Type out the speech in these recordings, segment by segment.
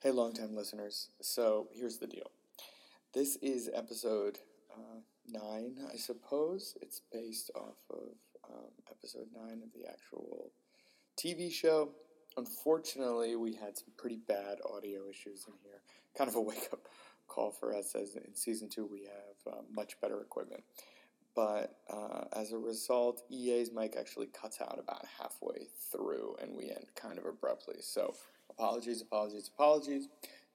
Hey, longtime listeners. So here's the deal. This is episode uh, nine, I suppose. It's based off of um, episode nine of the actual TV show. Unfortunately, we had some pretty bad audio issues in here. Kind of a wake up call for us, as in season two, we have uh, much better equipment. But uh, as a result, EA's mic actually cuts out about halfway through, and we end kind of abruptly. So apologies, apologies, apologies.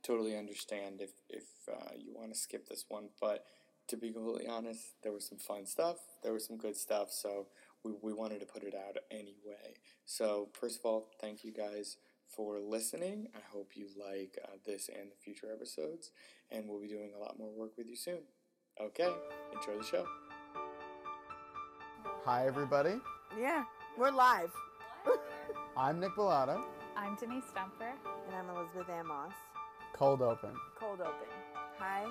Totally understand if if uh, you want to skip this one, but to be completely honest, there was some fun stuff. There was some good stuff, so we, we wanted to put it out anyway. So first of all, thank you guys for listening. I hope you like uh, this and the future episodes, and we'll be doing a lot more work with you soon. Okay, enjoy the show. Hi, everybody. Yeah, we're live. I'm Nick Bellata. I'm Denise Stumper. And I'm Elizabeth Amos. Cold open. Cold open. Hi.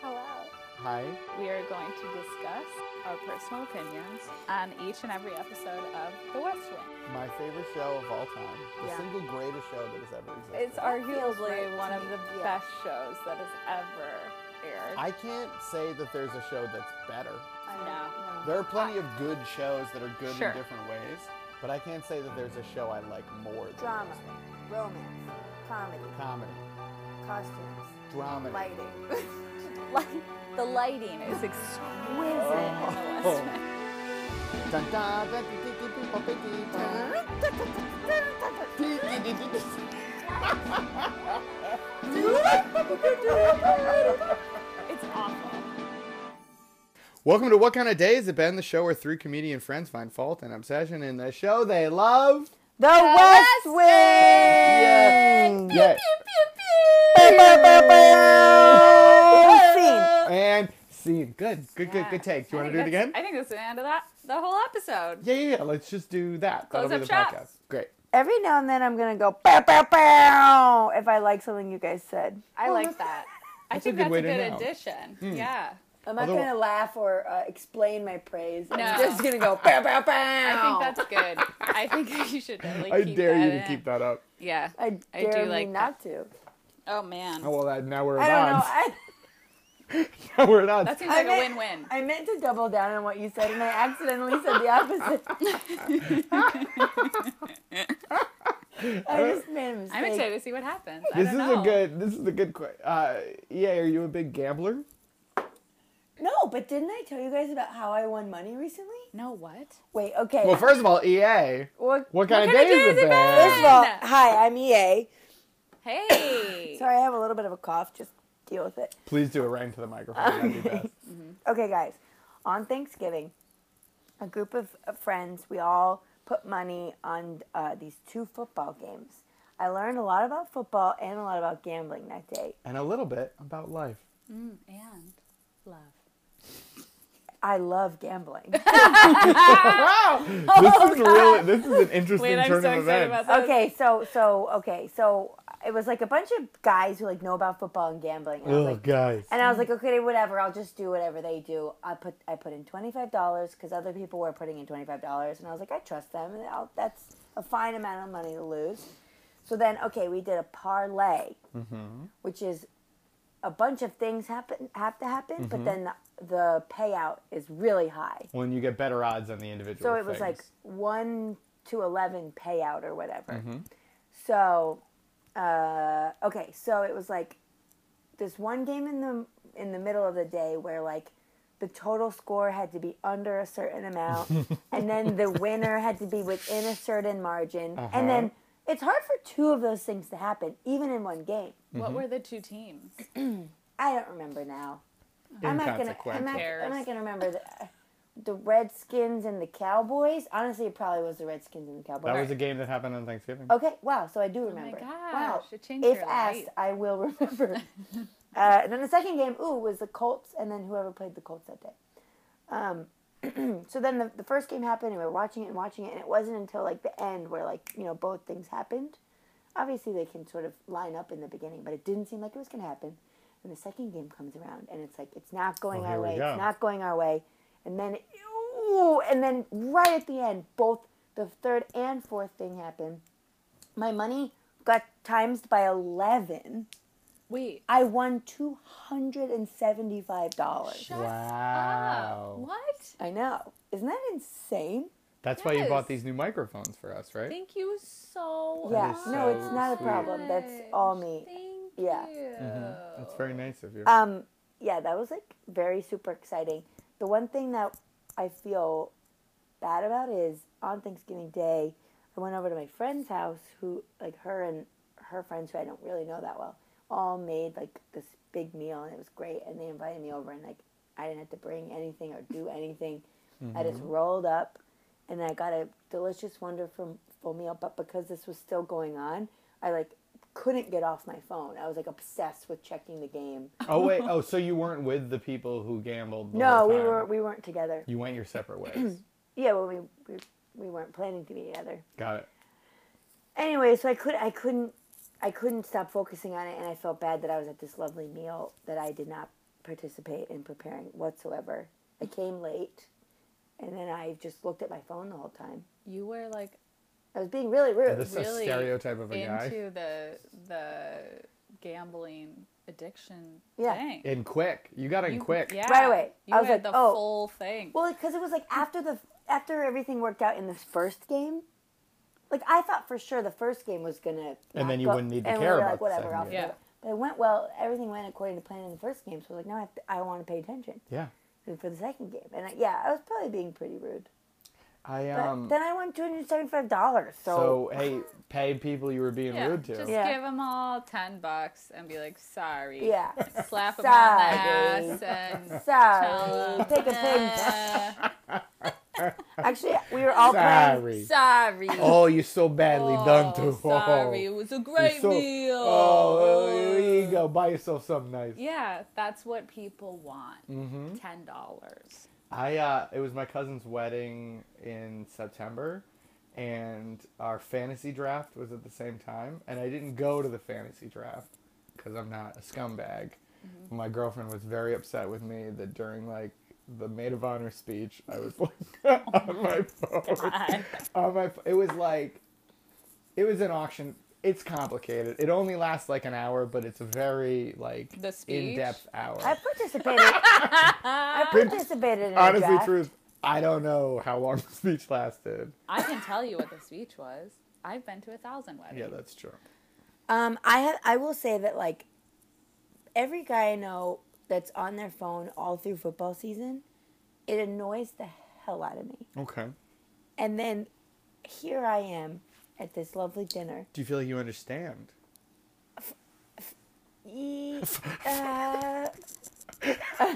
Hello. Hi. We are going to discuss our personal opinions on each and every episode of The West Wing. My favorite show of all time. The Yeah. single greatest show that has ever existed. It's arguably right one to of me, the yeah. best shows that has ever aired. I can't say that there's a show that's better. No. There are plenty of good shows that are good Sure. in different ways, but I can't say that there's a show I like more than Drama, this one. romance, comedy, Comedy. costumes, Dramedy. lighting. Like, the lighting is exquisite in The West Oh. Wing. Dun, dun, dun, dun, dun, dun, dun, dun, dun, dun. Dun, dun, dun, dun, dun. It's awful. Welcome to What Kind of Day Has It Been? The show where three comedian friends find fault and obsession in the show they love. The West Wing. Yeah. Yeah. Scene. And scene. Good. Good, good, good Yeah. take. Do you Uh, I want to think do it that's- again? I think that's the end of that, the whole episode. Yeah, yeah, yeah. Let's just do that. Close That'll be the up shop. podcast. Great. Every now and then I'm gonna go bow bow bow if I like something you guys said. I like that. I That's a think good that's way a to know. good Hmm. addition. Yeah. I'm not Although- gonna laugh or uh, explain my praise. No. I'm just gonna go bow bow bow. I think that's good. I think you should definitely I keep dare that you to in. keep that up. Yeah. I I do dare me like not to. Oh man. Oh, well, that, now we're at I don't know. odds. I, Now we're at odds. That seems like a meant- win-win. I meant to double down on what you said, and I accidentally said the opposite. I just made a mistake. I'm excited to see what happens. I this is don't know. a good. This is a good question. Uh, yeah, are you a big gambler? No, but didn't I tell you guys about how I won money recently? No what? Wait, okay. Well, first of all, E EA. What- What kind of kinda day is it been? first of been? all, Fine. hi, I'm EA. Hey. Sorry, I have a little bit of a cough. Just deal with it. Please do it right into the microphone. That'd be best. Okay, guys. On Thanksgiving, a group of of friends, we all put money on uh, these two football games. I learned a lot about football and a lot about gambling that day. And a little bit about life. And love. I love gambling. Wow, this is really. This is an interesting Wait, I'm so turn excited of events. about this. okay, so so okay, so it was like a bunch of guys who like know about football and gambling. And I was Oh, like, guys. and I was like, okay, whatever. I'll just do whatever they do. I put I put in twenty five dollars because other people were putting in twenty five dollars, and I was like, I trust them. And I'll, that's a fine amount of money to lose. So then, okay, we did a parlay, which is a bunch of things happen have to happen, but then the, the payout is really high. When you get better odds on the individual. So it was like one to eleven payout or whatever. So, uh, okay, so it was like this one game in the in the middle of the day where like the total score had to be under a certain amount, and then the winner had to be within a certain margin, and then it's hard for two of those things to happen even in one game. What were the two teams? I don't remember now. I'm not gonna. I'm not, Cares. I'm not gonna remember the, the Redskins and the Cowboys. Honestly, it probably was the Redskins and the Cowboys. That was a game that happened on Thanksgiving. Okay, wow, so I do remember. wow. Oh gosh, it changed if your asked, life. I will remember. uh, and then the second game, ooh, was the Colts, and then whoever played the Colts that day. Um, so then the, the first game happened, and we were watching it and watching it, and it wasn't until like the end where like you know both things happened. Obviously, they can sort of line up in the beginning, but it didn't seem like it was going to happen. And the second game comes around, and it's like it's not going Oh, our here we way. go. It's not going our way. And then, ooh, and then right at the end, both the third and fourth thing happened my money got times by 11, Wait. I won $275. Shut Wow. up. What? I know. Isn't that insane? That's why you bought Yes. these new microphones for us, right? Thank you so Yeah. much. is No, it's so not a sweet. problem. That's all me. Thank Yeah. you. Mm-hmm. That's very nice of you. Um, yeah, that was like very super exciting. The one thing that I feel bad about is on Thanksgiving Day, I went over to my friend's house, who like her and her friends who I don't really know that well, all made like this big meal and it was great. And they invited me over and like I didn't have to bring anything or do anything. I just rolled up and I got a delicious, wonderful full meal. But because this was still going on, I like couldn't get off my phone. I was like obsessed with checking the game. oh wait, oh so you weren't with the people who gambled? The No, whole we time. were we weren't together. You went your separate ways. Yeah, well, we, we we weren't planning to be together. Got it. Anyway, so I could I couldn't I couldn't stop focusing on it, and I felt bad that I was at this lovely meal that I did not participate in preparing whatsoever. I came late, and then I just looked at my phone the whole time. You were like I was being really rude. This is really a stereotype of a guy. into the the gambling addiction Yeah. thing. And quick, you got in You- quick. Yeah. Right away. You I was had like, the oh. full thing. Well, because it was like after the after everything worked out in this first game, like I thought for sure the first game was gonna. And then not you go- wouldn't need to and we care were about like the whatever. second I'll game. Yeah. forget. But it went well. Everything went according to plan in the first game, so I was like now I have to, I want to pay attention Yeah. for the second game. And I, yeah, I was probably being pretty rude. I But um. then I won two hundred seventy five dollars. So, So hey, pay people you were being yeah. rude to. Just Yeah. give them all ten bucks and be like, sorry. yeah, Slap them on the Sorry. ass and tell sorry. 'em, Take a pin. "Eh, Actually, we were all playing. Sorry. sorry. Oh, you so badly done to. Oh, Sorry, it was a great so- meal. Oh, here you go. Buy yourself something nice. Yeah, that's what people want. Mm-hmm. Ten dollars. I uh, it was my cousin's wedding in September, and our fantasy draft was at the same time, and I didn't go to the fantasy draft because I'm not a scumbag. Mm-hmm. My girlfriend was very upset with me that during like the maid of honor speech, I was like on my phone. On Oh, my, ph- it was like, it was an auction. It's complicated. It only lasts like an hour, but it's a very like The speech? in-depth hour. I participated. I participated in a Honestly, draft. truth. I don't know how long the speech lasted. I can tell you what the speech was. I've been to a thousand weddings. Yeah, that's true. Um, I have. I will say that like every guy I know that's on their phone all through football season, it annoys the hell out of me. Okay. And then here I am at this lovely dinner. Do you feel like you understand? E- uh,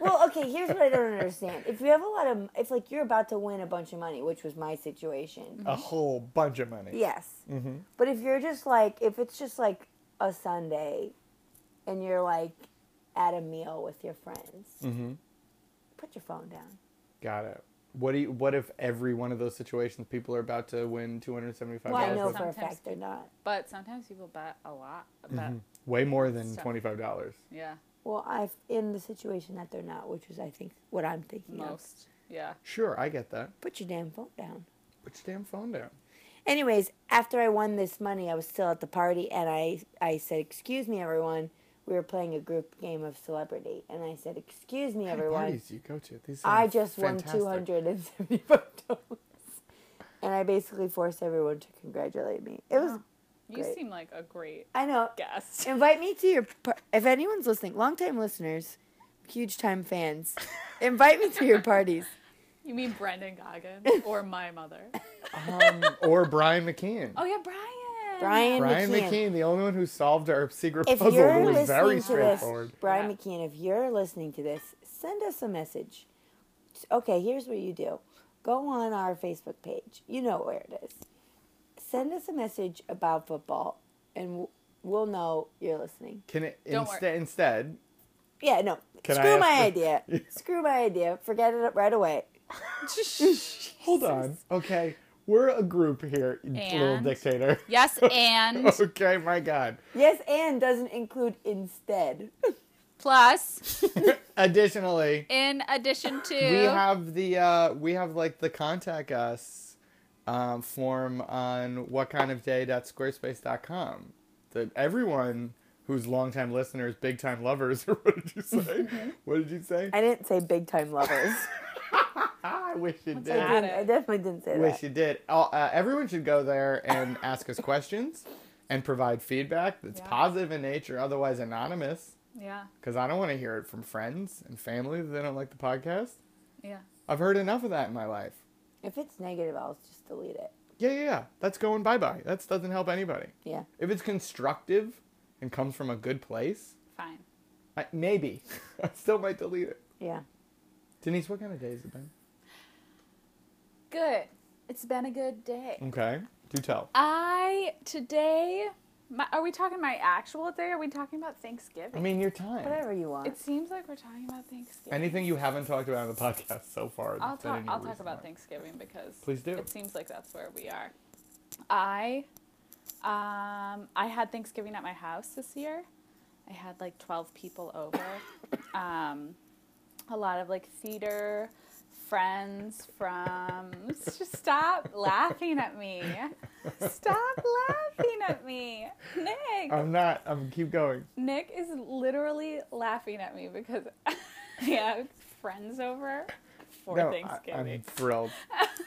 well, okay. Here's what I don't understand: if you have a lot of, if like you're about to win a bunch of money, which was my situation, A whole bunch of money. Yes. But if you're just like, if it's just like a Sunday and you're like at a meal with your friends, Mm. put your phone down. Got it. What do you, what if every one of those situations people are about to win two hundred seventy five I Yeah, know dollars? for a sometimes fact they're not. But sometimes people bet a lot. Bet. Mm-hmm. Way more than So- twenty five dollars. Yeah, Well, I've in the situation that they're not, which is, I think, what I'm thinking of. most. Yeah. Sure, I get that. Put your damn phone down. Put your damn phone down. Anyways, after I won this money, I was still at the party and I, I said, Excuse me, everyone. We were playing a group game of celebrity. And I said, Excuse me, What kind of everyone. parties do you go to? These I sound just fantastic. won two hundred and seventy-five dollars, and I basically forced everyone to congratulate me. It was, You Great. seem like a great I know. guest. Invite me to your. Par- if anyone's listening, longtime listeners, huge time fans, invite me to your parties. You mean Brendan Goggins or my mother? Um, or Brian McKeon. Oh yeah, Brian. Brian, Brian McKean. McKean, the only one who solved our secret If puzzle, you're who was very listening to this, straightforward. Brian Yeah. McKean, if you're listening to this, send us a message. Okay, here's what you do go on our Facebook page. You know where it is. Send us a message about football, and w- we'll know you're listening. Can it Don't worry. instead instead Yeah, no. Can I screw ask my the- idea. Screw my idea. Forget it right away. Hold on. Okay. We're a group here, you little And- dictator. Yes, and Oh. Okay, my God. Yes, and doesn't include instead. plus, Additionally, in addition to, we have the uh we have like the contact us um, form on whatkindofday.squarespace.com. That everyone who's longtime listeners, big time lovers, or what did you say? what did you say? Mm-hmm. Ah, I didn't say big time lovers. I wish you I, did. that? didn't, I definitely didn't say Wish that. you did. Uh, uh, everyone should go there and ask us questions and provide feedback that's Yeah. positive in nature, otherwise anonymous. Yeah. Because I don't want to hear it from friends and family that they don't like the podcast. Yeah. I've heard enough of that in my life. If it's negative, I'll just delete it. Yeah, yeah, yeah. That's going bye bye. That doesn't help anybody. Yeah. If it's constructive and comes from a good place, Fine. I, maybe. I still might delete it. Yeah. Denise, what kind of day has it been? Good. It's been a good day. Mm. Okay. Do tell. I today. My, are we talking my actual day? Or are we talking about Thanksgiving? I mean, your time. Whatever you want. it seems like we're talking about Thanksgiving. Anything you haven't talked about on the podcast so far. I'll that's been talk. in your I'll talk recent about life. Thanksgiving because Please do. It seems like that's where we are. I, um, I had Thanksgiving at my house this year. I had like twelve people over. um, a lot of like theater friends from. Let's just stop laughing at me. Stop laughing at me, Nick. I'm not. I'm keep going. Nick is literally laughing at me because I have friends over for no, I, Thanksgiving. am thrilled.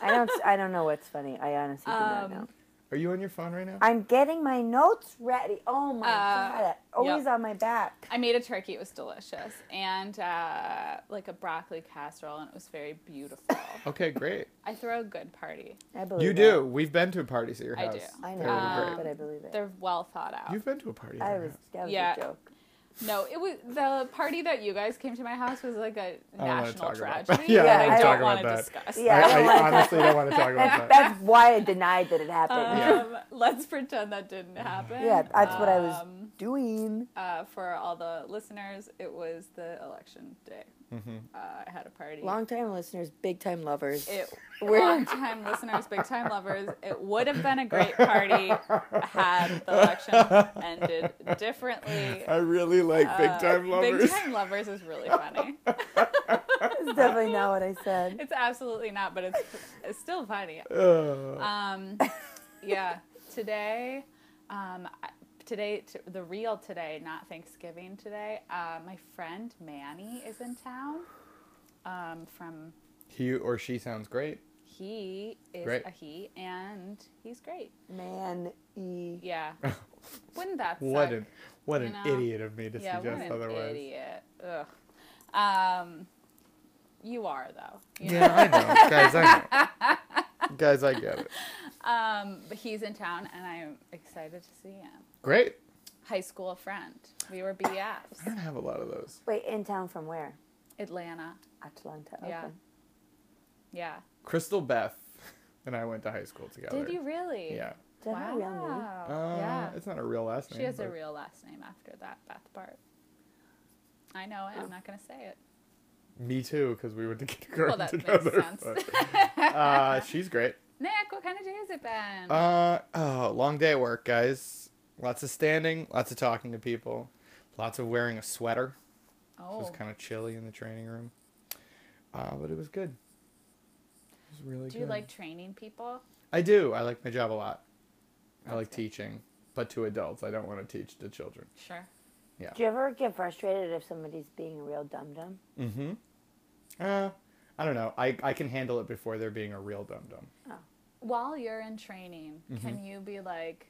I don't. I don't know what's funny. I honestly do not Um, know. Are you on your phone right now? I'm getting my notes ready. Oh my Uh, god! Always yep. on my back. I made a turkey. It was delicious, and uh, like a broccoli casserole, and it was very beautiful. okay, great. I throw a good party. I believe You it. do. We've been to parties at your I house. do. They I know, were Um, great. but I believe it. They're well thought out. You've been to a party. At I your was. house. That was Yeah. a joke. No, it was the party that you guys came to my house was like a don't wanna national talk about tragedy. that. Yeah, that I don't I talk don't about want to that. discuss. Yeah, I I, don't I wanna- honestly don't want to talk about that. That's why I denied that it happened. Yeah. Uh-huh. Um, let's pretend that didn't happen. yeah, that's what I was Um, doing. uh, for all the listeners, it was the election day. Mm-hmm. Uh, I had a party. Long time listeners, big time lovers. it, We're- long time listeners, big time lovers. It would have been a great party had the election ended differently. I really like big time Uh, lovers. Big time lovers is really funny. That's definitely not what I said. It's absolutely not, but it's it's still funny. Ugh. Um, yeah. Today, um, I- today, t- the real today, not Thanksgiving today. Uh, my friend Manny is in town. Um, from he or she sounds great. he is Great. a he, and he's great. Man, e. Yeah. Wouldn't that suck? What an what you an know? idiot of me to yeah, what suggest an otherwise. idiot. Ugh. Um, you are though. You Yeah, I know, guys. I know, guys. I get it. Um, but he's in town, and I'm excited to see him. Great. High school friend. We were I BFs. don't have a lot of those. Wait, in town from where? Atlanta. Atlanta. Okay. Yeah. Yeah. Crystal Beth and I went to high school together. Did you really? Yeah. Do I have a real name? Uh, yeah. It's not a real last name. She has a but- real last name after that, Beth Bart. I know it. I'm not going to say it. Me too, because we went to kindergarten Well, that makes together. sense. but- uh, she's great. Nick, what kind of day has it been? Uh, oh, long day at work, guys. Lots of standing, lots of talking to people, lots of wearing a sweater. It was oh. kind of chilly in the training room. Uh, but it was good. It was really Do good. you like training people? I do. I like my job a lot. I That's like good. teaching, but to adults. I don't want to teach to children. Sure. Do you ever get frustrated if somebody's being a real dum dum? Mm-hmm. Uh, I don't know. I, I can handle it before they're being a real dum-dum. While you're in training, Mm-hmm. can you be like,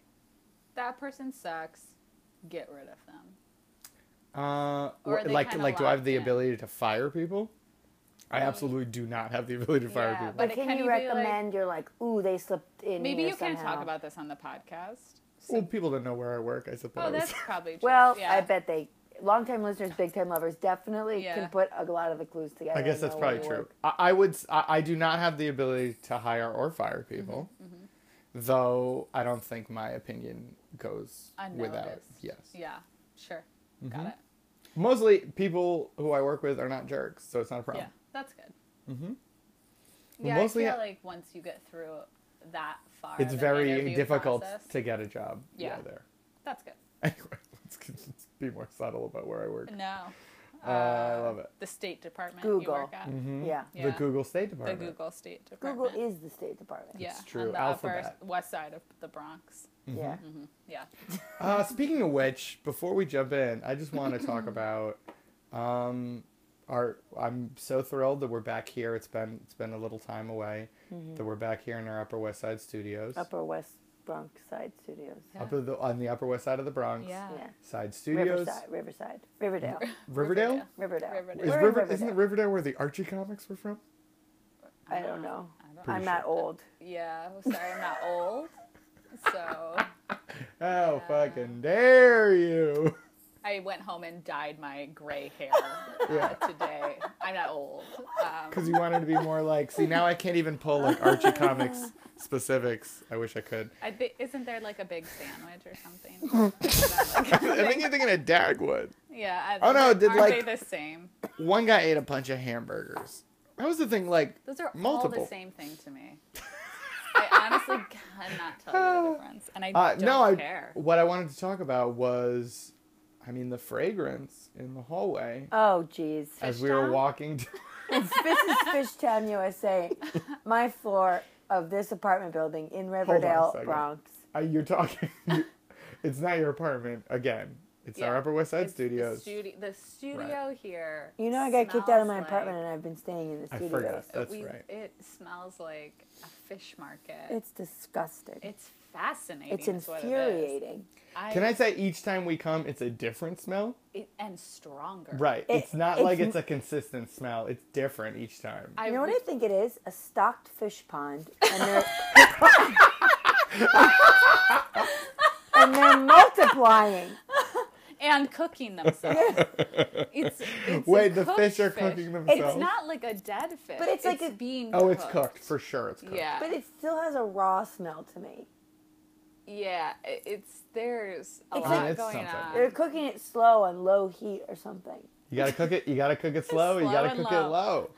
that person sucks, get rid of them? Uh, Or are wh- they like kinda like do I have locked the in? ability to fire people? I Well, absolutely do not have the ability to fire Yeah, people. But But it can, can you be like- recommend you're like, ooh, they slipped in Maybe here you can somehow." talk about this on the podcast. well, people don't know where I work, I suppose. Oh, that's probably true. Well, yeah. I bet they long-time listeners, big-time lovers definitely Yeah. can put a lot of the clues together. I guess and that's know probably what true. worked. I, I would. s- I, I do not have the ability to hire or fire Mm-hmm, people, though. I don't think my opinion goes without. Unnoticed. Yes. Yeah, sure. Mm-hmm. Got it. Mostly people who I work with are not jerks, so it's not a problem. Yeah, that's good. Mm-hmm. Well, Yeah, mostly I I- feel like once you get through that far, It's the very interview difficult process- to get a job. Yeah. there. That's good. Anyway, let's, let's be more subtle about where I work. No, Uh, I love it. The State Department you Google. work at. Mm-hmm. Yeah. The Yeah. Google State The Department. Google State Department. Google is the State Department. yeah, It's true. On the Alphabet. upper west side of the Bronx. Mm-hmm. Yeah. Mm-hmm. Yeah. Uh, speaking of which, before we jump in, I just want to talk about um, our. I'm so thrilled that we're back here. It's been it's been a little time away that we're back here in our Upper West Side studios, Upper West Bronx Side Studios. Yeah. up at the, on the Upper West Side of the Bronx. Yeah. Yeah. Side studios. Riverside, Riverside, Riverdale, Riverdale. Riverdale. Riverdale. Is We're in River, isn't it Riverdale where the Archie comics were from? I don't know. I don't- Pretty I'm not old. Yeah, well, sorry, I'm not old. So How fucking dare you! I went home and dyed my gray hair Yeah. uh, today. I'm not old. Um, Because you wanted to be more like. See, now I can't even pull like Archie comics specifics. I wish I could. I thi- isn't there like a big sandwich or something? Like, I think you're thinking of Dagwood. yeah. I, Oh, no, did, aren't like- they the same? One guy ate a bunch of hamburgers. That was the thing. Like Those are all multiple. the same thing to me. I honestly cannot tell you the difference, and I Uh, don't no, I. care. What I wanted to talk about was, I mean, the fragrance in the hallway Oh, jeez. as we were Fishtown? walking. To, this is Fishtown, USA. My floor of this apartment building in Riverdale, second. Bronx. uh, you're talking. it's not your apartment again. It's our Yeah. Upper West Side It's studios. The, studi- the studio here. You know, I got kicked smells out of my like- apartment, and I've been staying in the I studios. forgot. That's we- right. It smells like a fish market. It's It's, disgusting. It's, fascinating. is what it is. infuriating. I, Can I say each time we come, it's a different smell? it, and stronger. Right. It- it's not it's like n- it's a consistent smell. It's different each time. I, You know what I think it is? A stocked fish pond, and they're and they're multiplying. and cooking themselves. it's, it's a Wait, the cooked fish are cooking It's themselves? not like a dead fish. But it's like a- being. oh, it's cooked for sure. It's cooked. Yeah, But it still has a raw smell to me. yeah. i- It's there's a It's lot like- It's going something. on. They're cooking it slow on low heat or something. You gotta cook it. You gotta cook it slow. you Slow gotta and cook it low. low.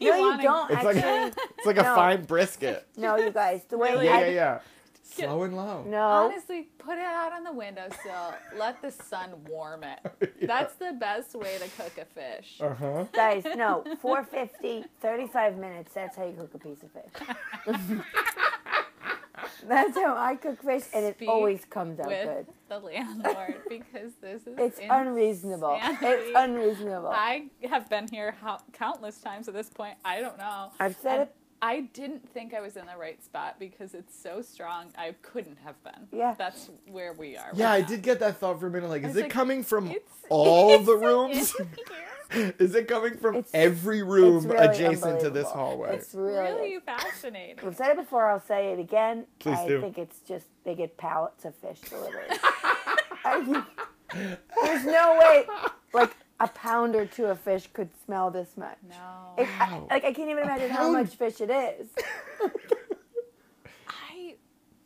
no, you wanna- don't It's like actually. a, it's like a No. fine brisket. No, you guys. The way Really? Yeah, I, yeah, yeah. Slow and low. No, Honestly, put it out on the windowsill. Let the sun warm it. That's the best way to cook a fish. Oh, Uh huh. guys, no. 450, 35 minutes. That's how you cook a piece of fish. that's how I cook fish, and it Speak always comes out with good. the landlord because this is It's insanity. unreasonable. It's unreasonable. I have been here how, countless times at this point. I don't know. I've said And it- I didn't think I was in the right spot because it's so strong. I couldn't have been. Yeah. That's where we are. Yeah, right I now. did get that thought for a minute. Like, is was it like, coming from it's- all it's the in rooms? here. is it coming from It's- every It's room really adjacent to this unbelievable. hallway? It's really. Really fascinating. We've said it before. I'll say it again. Please I do. think it's just they get pallets of fish delivered. I- there's no way, like a pound or two of fish could smell this much. No. It- I- like I can't even imagine how pound? much fish it is. I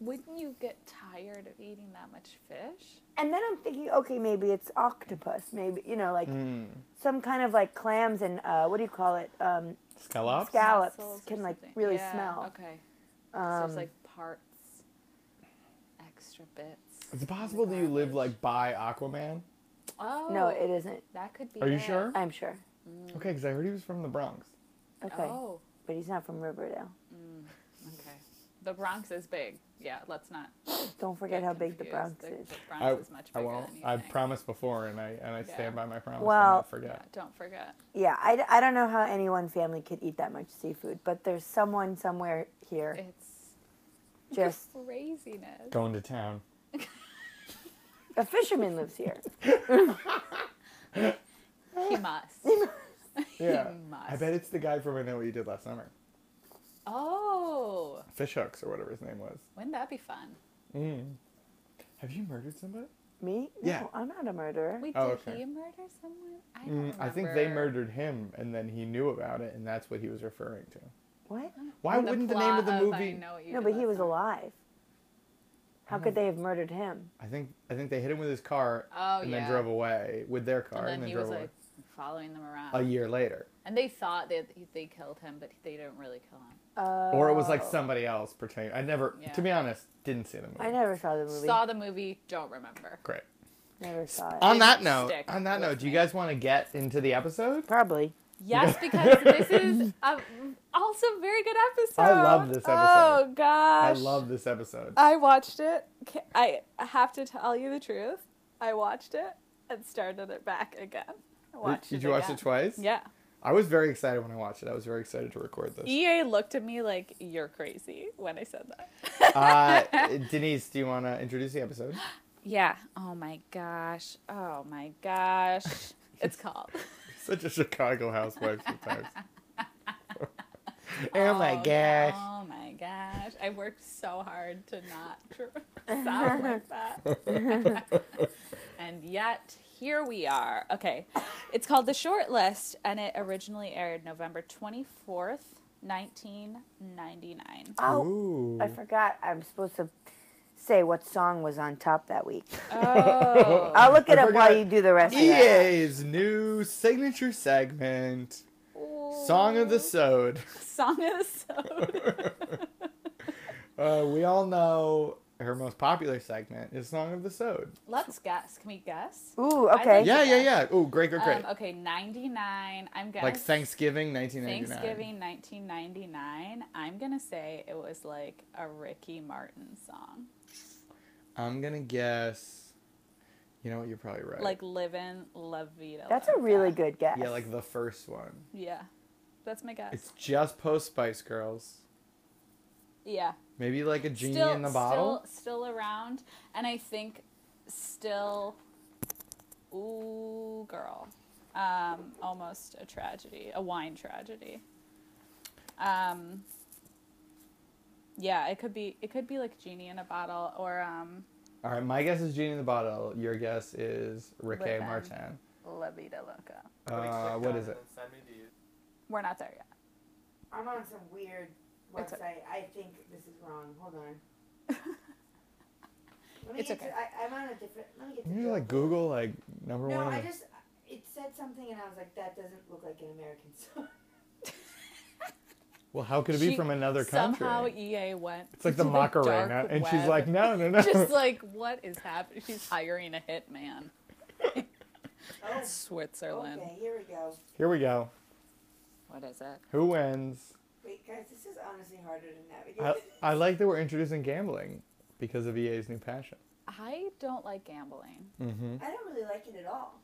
wouldn't you get tired of eating that much fish? And then I'm thinking, okay, maybe it's octopus. Maybe you know, like Hmm. some kind of like clams and uh, what do you call it? Um, Scallops. Scal- Scallops Mussels or can, like, something. really Yeah, smell. Um, Okay. so there's like parts, extra bits. Is it possible that you live like by Aquaman? Oh No, it isn't. That could be. Are you it. sure? I'm sure. Mm. Okay, because I heard he was from the Bronx. Okay, Oh, but he's not from Riverdale. okay. The Bronx is big. Yeah, let's not. Don't forget get how big the confused. Bronx is. The, the Bronx I, is much I bigger won't. than you I think. promised before, and I and I Yeah. stand by my promise. Well- Well, not Yeah, forget. don't forget. Yeah, I, I don't know how any one family could eat that much seafood, but there's someone somewhere here It's just craziness. Going to town. a fisherman lives here. He must. Yeah. must. I bet it's the guy from I Know What You Did Last Summer. Oh, Fish hooks or whatever his name was. wouldn't that be fun? Mm. Have you murdered somebody? Me? No, Yeah. I'm not a murderer. Wait, Oh, did okay. he murder someone? I don't Mm, I think they remember. murdered him, and then he knew about it, and that's what he was referring to. What? Why wouldn't the name of the plot movie? I know what you No, did but he last was summer. alive. How could they have murdered him? I think I think they hit him with his car, Oh, and yeah. then drove away with their car, And then, and then, he drove was away. like following them around. A year later, And they thought that he- they killed him, but they didn't really kill him. or it was like somebody else pretending. I never, Oh. Yeah. to be honest, didn't see the movie. I never saw the movie. Saw the movie, don't remember. Great. Never saw it. On that note, stick on that note, with do you me. guys want to get into the episode? Probably. Yes, because this is a, also a very good episode. I love this Oh episode. I gosh, love this episode. I watched it. Ca- I have to tell you the truth. I watched it and started it back again. I watched Did you watch again. it twice? Yeah. I was very excited when I watched it. I was very excited to record this. EA E looked at me like you're crazy when I said that. uh, Denise, do you want to introduce the episode? Yeah. Oh my gosh. Oh my gosh. It's called. Oh Such a Chicago housewife sometimes. oh my gosh. Oh my gosh. I worked so hard to not tr- sound like that. and yet, here we are. Okay. It's called The Short List, and it originally aired November 24th, 1999. Oh, Ooh. I forgot. I'm supposed to say what song was on top that week. Oh. I'll look it I up while forgot. you do the rest of that. EA's E new signature segment, Song of the Sode. Song of the Soda. Uh, we all know her most popular segment is Song of the Sode. Let's guess. Can we guess? Ooh, I okay. like- Yeah, yeah, yeah. Oh, great, great, great. Um, okay, 99. I'm guessing. like Thanksgiving, 1999. Thanksgiving 1999. I'm going to say it was like a Ricky Martin song. I'm going to guess. You know what? You're probably right. Like Livin' La Vida. That's a Loca. really good guess. yeah, like the first one. Yeah. That's my guess. It's just post Spice Girls. yeah. Maybe like a genie in the bottle. Still, still around. And I think still. Ooh, girl. Um, almost a tragedy, a wine tragedy. Um, yeah, it could be. It could be like genie in a bottle, or um, All right, my guess is genie in the bottle. Your guess is Ricky Rick M. Martin. La Vida Loca. Uh, what is it? We're not there yet. I'm on some weird It's o- I think this is wrong. Hold on. Let It's get to- okay. I, I'm on a different. Let me get You like Google like number No, one. I in- just it said something and I was like, that doesn't look like an American song. well, how could it be She- from another country? Somehow EA went. it's like the to Macarena, dark and she's web. like, no, no, no. just like what is happening? She's hiring a hitman. Oh, Switzerland. okay, here we go. Here we go. What is it? Who wins? Wait, guys, this is honestly harder to navigate. I, I like that we're introducing gambling because of EA's new passion. I don't like gambling. Mm-hmm. I don't really like it at all.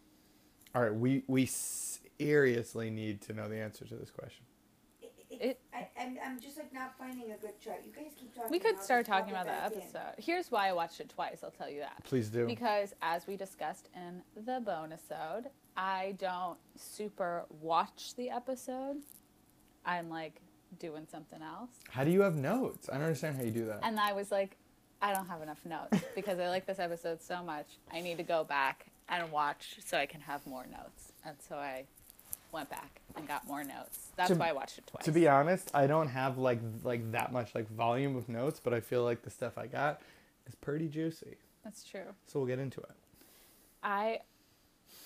All right, we we seriously need to know the answer to this question. It, It- I, I'm, I'm just like not finding a good chart. You guys keep talking. We I'll could just start pop talking it about that back in. episode. Here's why I watched it twice, I'll tell you that. Please do. Because as we discussed in the bonusode, I don't super watch the episode. I'm like doing something else. How do you have notes? I don't understand how you do that. And I was like, I don't have enough notes because I like this episode so much. I need to go back and watch so I can have more notes. And so I went back and got more notes. That's To- why I watched it twice. To be honest, I don't have like like that much like volume of notes, but I feel like the stuff I got is pretty juicy. That's true. So we'll get into it. I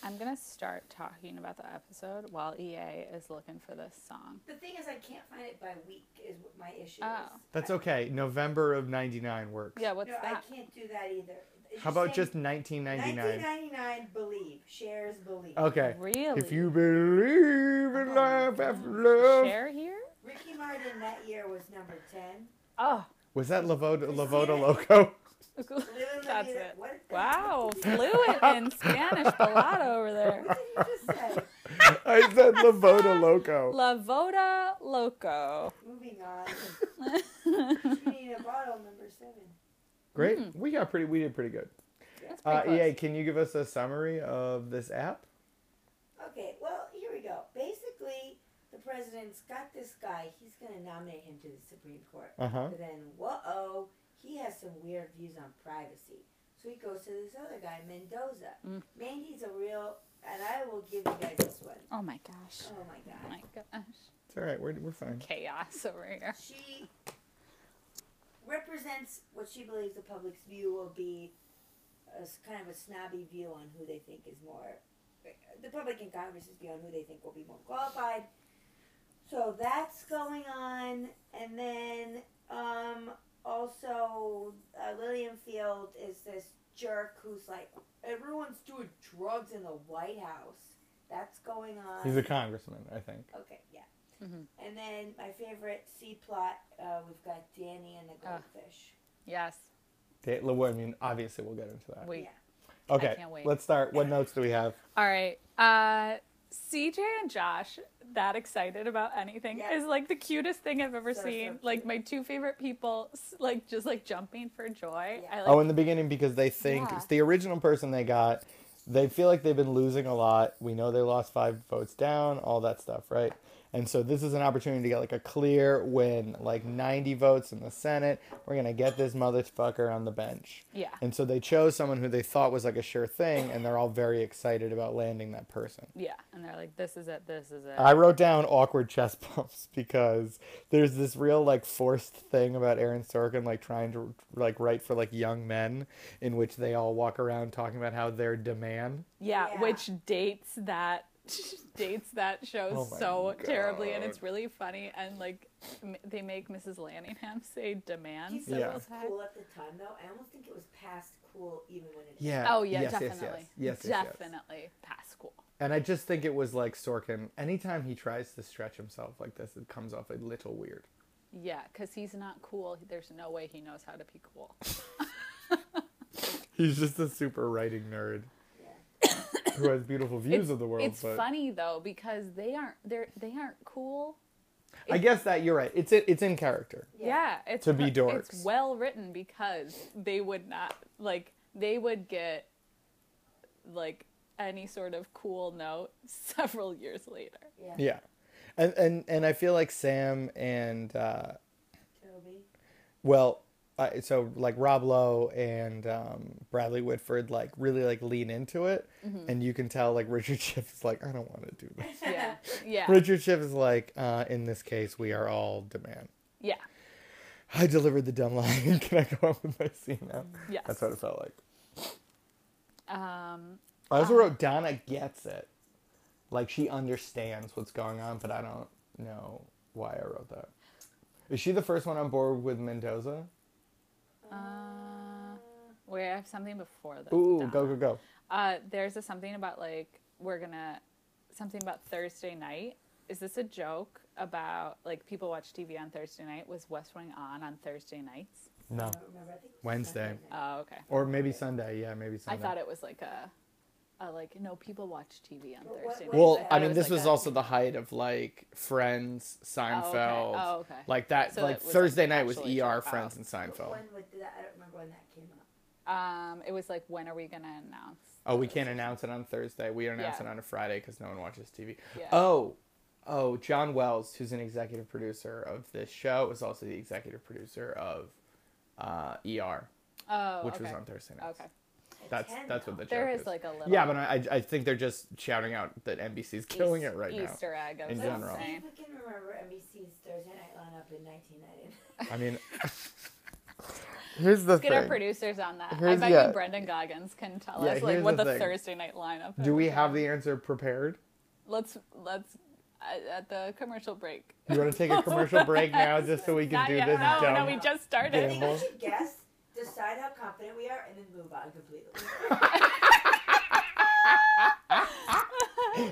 I'm gonna start talking about the episode while EA is looking for this song. The thing is, I can't find it by week. Is what my issue Oh. is. That's I- okay. November of 99 works. Yeah, what's No, that? I can't do that either. It's How about saying just 1999? 1999? Believe shares believe. Okay. Really? Oh, If you believe in life after love. share here? Ricky Martin that year was number ten. Oh, Was that Lavoda, Is Lavoda it? Loco? Literally, that's it. What? Wow, fluent in Spanish balada over there. What did you just say? I said Lavoda Loco. La Voda Loco. Moving on. We need a bottle number seven. Great. We got pretty. We did pretty good. That's Hmm. pretty Uh, close. EA, can you give us a summary of this app? Okay, well, here we go. Basically, the president's got this guy. He's going to nominate him to the Supreme Court. Uh-huh. But then, whoa, he has some weird views on privacy. So he goes to this other guy, Mendoza. Mm. Mandy's a real, and I will give you guys this one. Oh my gosh. Oh my Oh God. my gosh. It's all right. We're, we're fine. Chaos over here. She represents what she believes the public's view will be a s kind of a snobby view on who they think is more the public in Congress's view on who they think will be more qualified. So that's going on, and then um, also uh, Lillian Field is this jerk who's like, everyone's doing drugs in the White House. That's going on. He's a congressman, I think. Okay, yeah. Mm-hmm. And then my favorite C plot, uh, we've got Danny and the Ah. goldfish. Yes. Da- well, I mean, obviously we'll get into that. Wait. Yeah. okay, can't wait. let's start. What notes do we have? All right. Uh, CJ and Josh, that excited about anything Yeah. is like the cutest thing I've ever So, so seen. like cute. my two favorite people, s- like just like jumping for joy. Yeah. I like. oh, in the beginning, because they think Yeah. it's the original person they got. They feel like they've been losing a lot. We know they lost five votes down, all that stuff, right? And so this is an opportunity to get like a clear win, like 90 votes in the Senate. We're going to get this motherfucker on the bench. Yeah. And so they chose someone who they thought was like a sure thing, and they're all very excited about landing that person. yeah, and they're like, "This is it. This is it." I wrote down awkward chest bumps because there's this real like forced thing about Aaron Sorkin like trying to like write for like young men in which they all walk around talking about how they're demand. yeah, Yeah. which dates that dates that show Oh my so terribly, and it's God. really funny. And like, m- they make Mrs. Lanningham say He demands. said Yeah. it was cool at the time, though. I almost think it was past cool, even when it. Yeah. Oh yeah, yes, yes, definitely, Yes, yes, yes, yes. definitely past school. And I just think it was like Sorkin. Anytime he tries to stretch himself like this, it comes off a little weird. Yeah, because he's not cool. There's no way he knows how to be cool. He's just a super writing nerd who has beautiful views of the world. It's but funny though because they aren't they're they aren't cool. I guess that you're right. It's it, it's in character. Yeah, it's To be wr- It's dorks. well written because they would not like they would get like any sort of cool note several years later. Yeah. Yeah. And and and I feel like Sam and uh Toby. Well, I so like Rob Lowe and um, Bradley Whitford like really like lean into it, Mm-hmm. and you can tell like Richard Schiff is like, I don't want to do this. Yeah, yeah, Richard Schiff is like, uh, in this case, we are all demand. yeah, I delivered the dumb line. can I go on with my scene now? yes. That's what it felt like. Um, I also wrote Donna gets it, like she understands what's going on, but I don't know why I wrote that. Is she the first one on board with Mendoza? uh, wait, I have something before this. Ooh, Donna. go go go! Uh, there's a something about like we're gonna something about Thursday night. Is this a joke about like people watch TV on Thursday night? Was West Wing on on Thursday nights? No, I don't remember. I think it was Wednesday. Sunday night. Oh, okay. or maybe Sunday. Yeah, maybe I Sunday. thought it was like a, a like no people watch TV on But what- Thursday. what- nights. Well, thought I it mean, this like was a- also the height of like Friends, Seinfeld, Oh, okay. like that. So like that was, Thursday like, oh, night was actually ER, Seinfeld. Friends, and But Seinfeld. When would that? I don't remember when that came up. Um, it was like when are we gonna announce? Oh, we can't announce it on Thursday. We announce Yeah. it on a Friday because no one watches TV. Yeah. Oh, oh, John Wells, who's an executive producer of this show, was also the executive producer of uh, ER, Oh, which okay. was on Thursday night. Okay. That's Ten that's what the now. joke There is is. like a little. yeah, but I I think they're just shouting out that NBC's killing East- it right now. Easter egg of in this general. See thing. if we can remember NBC's Thursday night lineup in 1999. I mean, here's the Get thing. our producers on that. I Here's- bet yeah. you Brendan Goggins can tell Yeah, us like here's what the the, thing. Thursday night lineup. Do we is. have the answer prepared? Let's let's at- at the commercial break. You want to take a commercial break now just so we can Not do yet. Oh, this no, dumb? no, we just I started. Yeah. think we should guess, decide how confident we are, and then move on completely.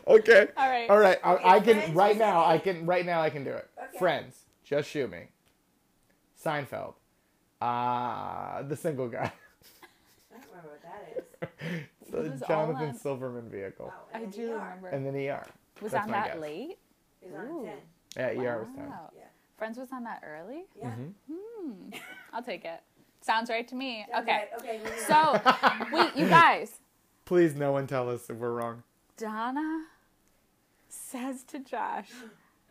Okay. All right. All right. I, I can Friends right is now. I it. can right now. I can do it. Okay. Friends, just shoot me. Seinfeld. Ah, the single guy. I don't remember what that is. the was all Jonathan on- Silverman vehicle. Wow. I and do ER remember. And then ER. was That's on my that guess. late? Is on Ooh. 10. Yeah, ER was time. Wow. Yeah. Friends was on that early? Hmm. Yeah. Mm-hmm. I'll take it. Sounds right to me. Sounds okay. right. Okay. moving on. So, wait, you guys. Please, no one tell us if we're wrong. Donna says to Josh,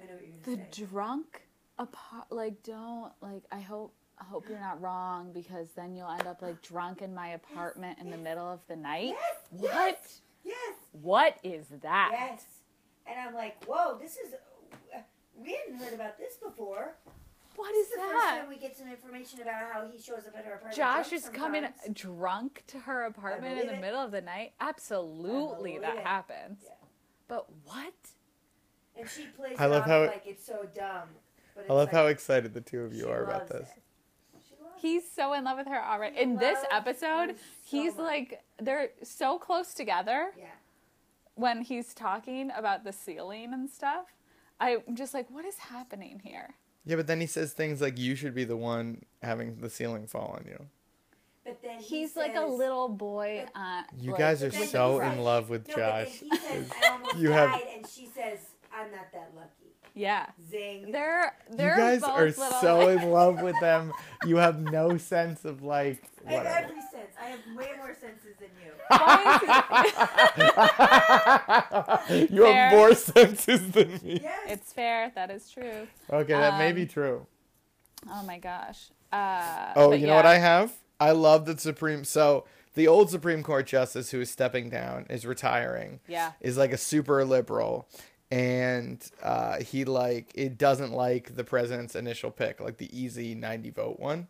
I know what you're the gonna say. drunk apart like don't like I hope I hope you're not wrong because then you'll end up like drunk in my apartment in the middle of the night. Yes, What? Yes. What is that? Yes. And I'm like, whoa, this is. We hadn't heard about this before. What This is is the first that? time we get some information about how he shows up at her apartment. Josh drunk is coming sometimes. drunk to her apartment in believe the it. middle of the night. Absolutely, believe that it. happens. Yeah. But what? And she plays I it love off how it- like it's so dumb. But it's I love like, how excited the two of she you are about loves this. it. She loves He's so in love with her already. In this loves her so episode, he's much. like they're so close together Yeah. when he's talking about the ceiling and stuff. I'm just like, what is happening here? Yeah, but then he says things like, "You should be the one having the ceiling fall on you." But then he He's like a says- little boy. Uh, You like- guys are But then so he's in like- love with no, Josh. But then he says, I almost You have- died, and she says, I'm not that lucky. yeah. Zing. They're You they're guys both are little, so in love with them. You have no sense of like I have whatever. every sense. I have way more senses than you. Why is you have Fair. more senses than me. he- Yes. it's fair. That is true. Okay, that may Um, be true. Oh my gosh. Uh, Oh, but you know what I yeah. have? I love that Supreme. So the old Supreme Court justice who is stepping down is retiring. Yeah. Is like a super liberal, and uh, he like it doesn't like the president's initial pick, like the easy ninety vote one,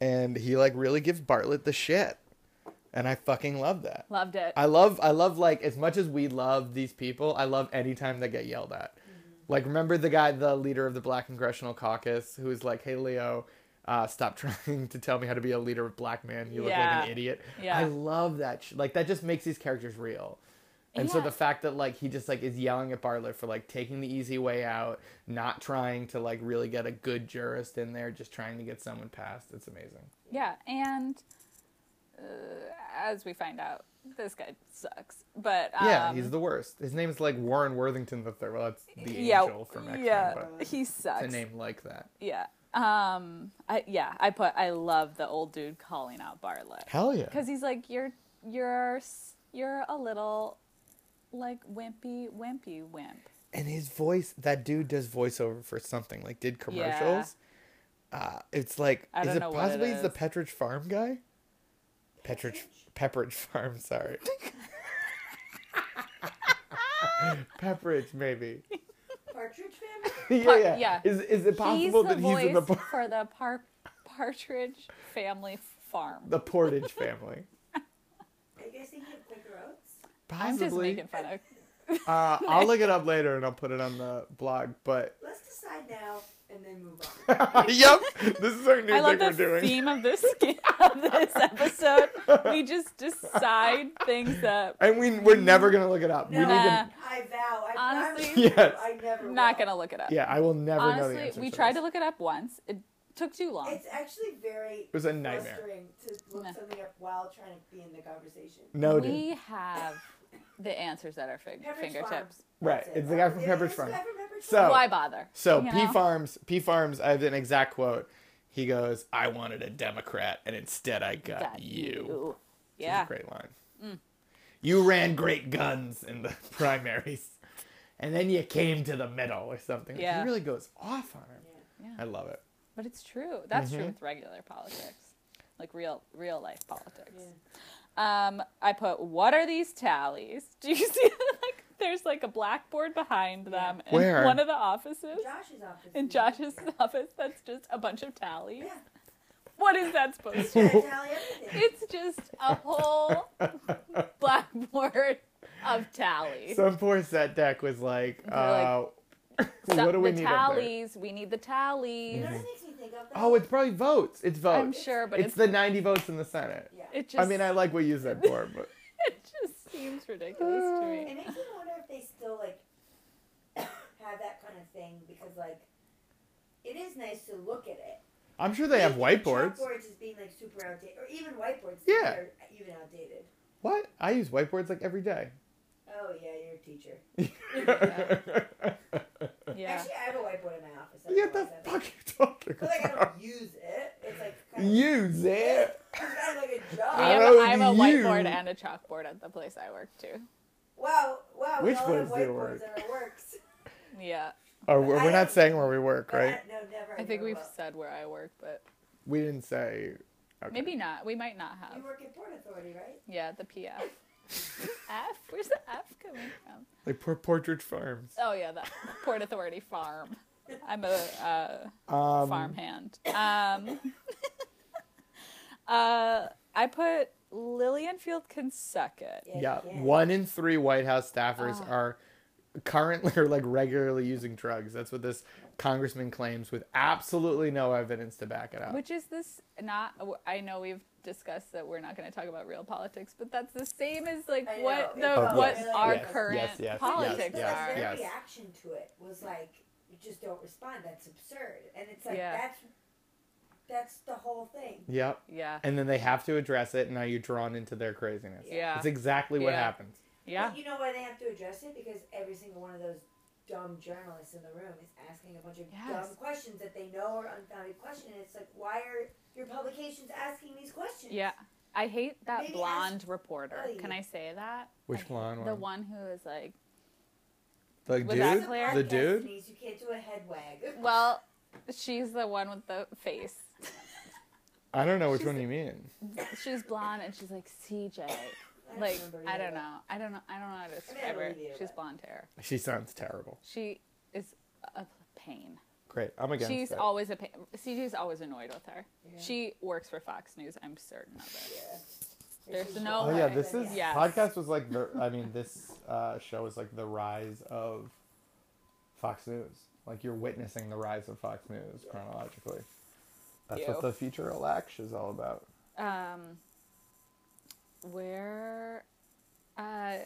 and he like really gives Bartlett the shit, and I fucking love that. Loved it. I love I love like as much as we love these people, I love anytime they get yelled at. Mm-hmm. Like remember the guy, the leader of the Black Congressional Caucus, who was like, "Hey Leo, uh, stop trying to tell me how to be a leader of black men. You look like Yeah. an idiot." I Yeah. love that. Sh- like that just makes these characters real. And so Yeah. the fact that like he just like is yelling at Bartlett for like taking the easy way out, not trying to like really get a good jurist in there, just trying to get someone passed. It's amazing. Yeah, and uh, as we find out, this guy sucks. But um, Yeah, he's the worst. His name's like Warren Worthington the third. Well, that's the yeah, angel from X Men, yeah, but he sucks. it's a name like that. Yeah. Um. I yeah. I put. I love the old dude calling out Bartlett Hell yeah. because he's like, you're you're s- you're a little like wimpy wimpy wimp. And his voice, that dude does voiceover for something. Like did commercials. Uh, it's like I is don't it know what it possibly he's the is. Petridge Farm guy? Petridge Pepperidge Farm, sorry. Pepperidge, maybe. Partridge family? yeah, Par- yeah, yeah. Is is it possible he's the that voice he's in the por- for the par- Partridge Family Farm. the Portage family? Are you guys thinking of Quaker Oats? Possibly. I'm just making fun of. Uh, I'll look it up later and I'll put it on the blog. But Let's decide now and then move on. yep, this is our new I love thing the we're doing. theme of this of this episode. We just decide things that And we we're never gonna look it up. We need Nah. to, I vow. I Honestly- promise you, Yes. I never I'm not will. gonna look it up. yeah, I will never know the Honestly, answer. we to tried to this. look it up once. It took too long. It's actually very was a nightmare. frustrating to look No. something up while trying to be in the conversation. No, dude. we have the answers at our fig- Pepperidge Farm. fingertips. Right, That's it's the guy from It is Pepperidge the Farm. guy from Pepperidge So- Farm. Why bother? So you P know? Farms, P Farms. I have an exact quote. He goes, "I wanted a Democrat, and instead I got, Got you." you. Which is a Yeah. Mm. great line. You ran great guns in the primaries, and then you came to the middle or something. Yeah. He really goes off on him. Yeah. I love it. But it's true. That's Mm-hmm. true with regular politics, like real real life politics. Um, I put what are these tallies? Do you see like there's like a blackboard behind them in Where? one of the offices? Josh's office. In Josh's office, that's just a bunch of tallies. Yeah. What is that supposed to? Yeah, tally everything. It's just a whole blackboard of tallies. Some poor set deck was like, uh, like, So- what do we the need up there? tallies? We need the tallies. You know what it makes me think of? Oh, it's probably votes. It's votes. I'm sure, but it's, it's, the 90 votes in the Senate. Yeah. it just I mean, I like what you said for, but it just seems ridiculous to It me. makes me wonder if they still like have that kind of thing because like it is nice to look at it. I'm sure they have whiteboards. Chalkboards is being like super outdated, or even whiteboards. Yeah. are even outdated. What? I use whiteboards like every day. Oh yeah, you're a teacher. Yeah. Actually, I have a whiteboard in my office. I Yeah, don't the know why fuck you talking I said that. But like, I about? don't use it. It's like kind of, Use it. it's kind of like a We I job. have, don't I have a you. whiteboard and a chalkboard at the place I work too. Wow, wow. Which we all ones have do you whiteboards work? at our works. Yeah. Or Oh, we're, I we're not don't- saying where we work, But I- right? no, never. I think never we've will. said where I work, but We didn't say. Okay. maybe not. We might not have. You work at Port Authority, right? Yeah, the PF. F? Where's the F coming from? Like poor Portrait Farms. Oh yeah, the Port Authority Farm. I'm a uh, Um, farmhand. Um, uh, I put Lillian Field Kensuckett. Yeah, you can. one in three White House staffers Ah. are currently or like regularly using drugs. That's what this congressman claims with absolutely no evidence to back it up. Which is this not? I know we've discussed that we're not going to talk about real politics, but that's the same as like I know, what it the felt what really- our Yes, current yes, yes, politics yes, are. yes. Their reaction to it was like, you just don't respond. That's absurd. And it's like Yeah. that's that's the whole thing. Yep. Yeah, And then they have to address it, and now you're drawn into their craziness. Yeah. It's exactly what Yeah. happens. yeah, But you know why they have to address it? Because every single one of those dumb journalists in the room is asking a bunch of Yes. dumb questions that they know are unfounded questions. And it's like, why are your publications asking these questions? yeah. I hate that Maybe ask- blonde reporter. Really? Can I say that? Which I hate- blonde The one? one who is like, The Was dude, that It's a clear? the podcast, dude. Denise. You can't do a head wag. well, she's the one with the face. I don't know which one you mean. she's blonde and she's like CJ. don't Like remember I either. don't know. I don't know. I don't know how to describe her. believe either She's way. blonde hair. She sounds terrible. She is a pain. Great. I'm against She's it. always a pain. CJ's always annoyed with her. Yeah. She works for Fox News. I'm certain of it. Yeah. There's She's no Oh right. yeah, way. this is Yes. podcast was like the. I mean, this uh, show is like the rise of Fox News. Like you're witnessing the rise of Fox News chronologically. That's Ew. what the future election is all about. Um, where? Uh,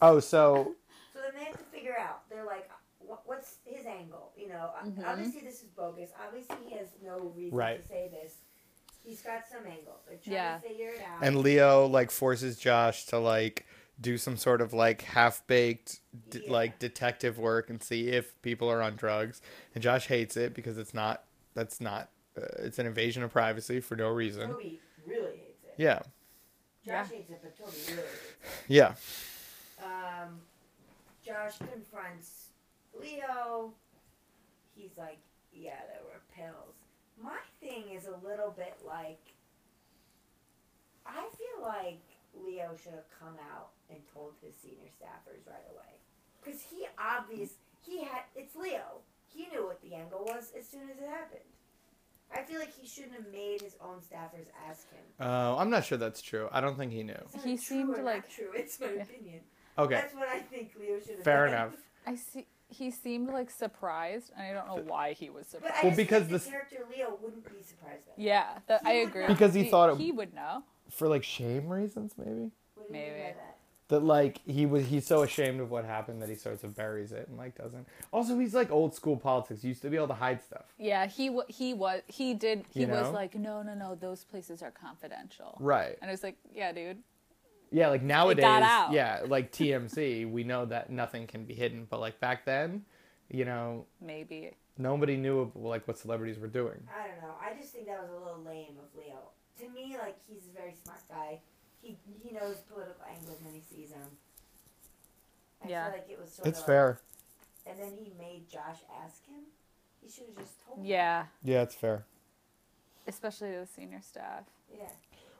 Oh, so So then they have to figure out. They're like, what, what's his angle? You know, o- obviously this is bogus. Obviously he has no reason Right. to say this. He's got some angle. They're trying Yeah. to figure it out. and Leo like forces Josh to like do some sort of like half baked d- Yeah. like detective work and see if people are on drugs. And Josh hates it because it's not. That's not. Uh, it's an invasion of privacy for no reason. Toby really hates it. Yeah. Josh Yeah. hates it, but Toby really hates Yeah. it. Um, Josh confronts Leo. He's like, yeah, there were pills. My thing is a little bit like, I feel like Leo should have come out and told his senior staffers right away. Because he obvious, he had, it's Leo. He knew what the angle was as soon as it happened. I feel like he shouldn't have made his own staffers ask him. Uh, I'm not sure that's true. I don't think he knew. It's not He true seemed or not like- true. It's my opinion. Okay. That's what I think Leo should have. Fair done. enough. I see. He seemed like surprised, and I don't know why he was But I surprised. just Well, because think the this- character Leo wouldn't be surprised by that. yeah, the, I He would agree. know. Because he thought it- he would know. for like shame reasons maybe What do you mean by Maybe. that? that like he was he's so ashamed of what happened that he sort of buries it and like doesn't also he's like old school politics he used to be able to hide stuff Yeah, he wa he was he did he You was know? like no no no those places are confidential. right And I was like, yeah, dude. yeah like nowadays out. yeah like tmc we know that nothing can be hidden but like back then you know Maybe. nobody knew of, like what celebrities were doing I don't know. I just think that was a little lame of Leo. To me, like he's a very smart guy. He he knows political angles when he sees them. I Yeah. feel like it was sort it's of fair Like, and then he made Josh ask him. He should have just told. him. Yeah, yeah it's fair especially the senior staff. Yeah.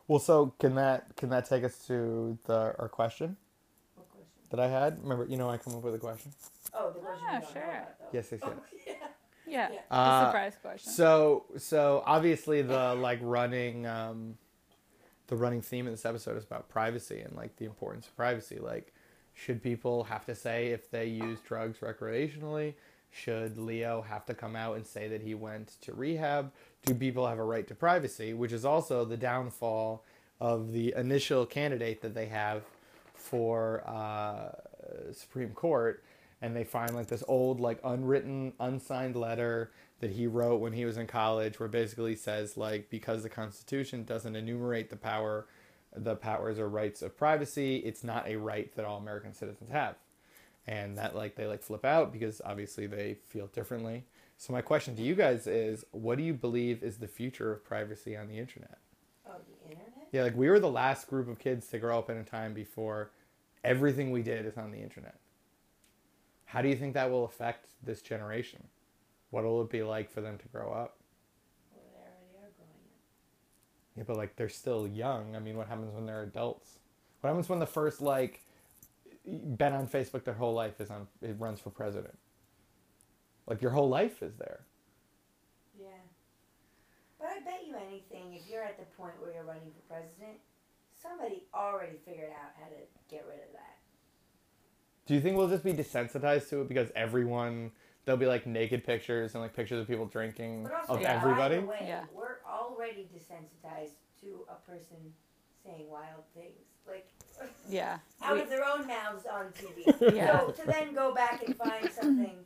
well so can that can that take us to the our question What question? that i had remember you know i come up with a question Oh, the question. Ah, you don't sure. Know about, though. Yes, yes, Oh, yeah. Yeah. Yeah. The Uh, surprise question. So so obviously the like running um the running theme of this episode is about privacy and like the importance of privacy. Like should people have to say if they use drugs recreationally? Should Leo have to come out and say that he went to rehab? Do people have a right to privacy, which is also the downfall of the initial candidate that they have for uh, Supreme Court, and they find like this old, like unwritten, unsigned letter that he wrote when he was in college, where basically says like because the Constitution doesn't enumerate the power, the powers or rights of privacy, it's not a right that all American citizens have, and that like they like flip out because obviously they feel differently. So my question to you guys is, what do you believe is the future of privacy on the internet? Oh, the internet. Yeah, like we were the last group of kids to grow up in a time before everything we did is on the internet. How do you think that will affect this generation? What will it be like for them to grow up? Well, they already are growing up. Yeah, but like they're still young. I mean, what happens when they're adults? What happens when the first like been on Facebook their whole life is on it runs for president? Like your whole life is there. Yeah. But I bet you anything, if you're at the point where you're running for president, somebody already figured out how to get rid of that. Do you think we'll just be desensitized to it because everyone there'll be like naked pictures and like pictures of people drinking But also, of by the everybody? way, Yeah. We're already desensitized to a person saying wild things. Like, Yeah. out We- of their own mouths on TV. Yeah. So to then go back and find something.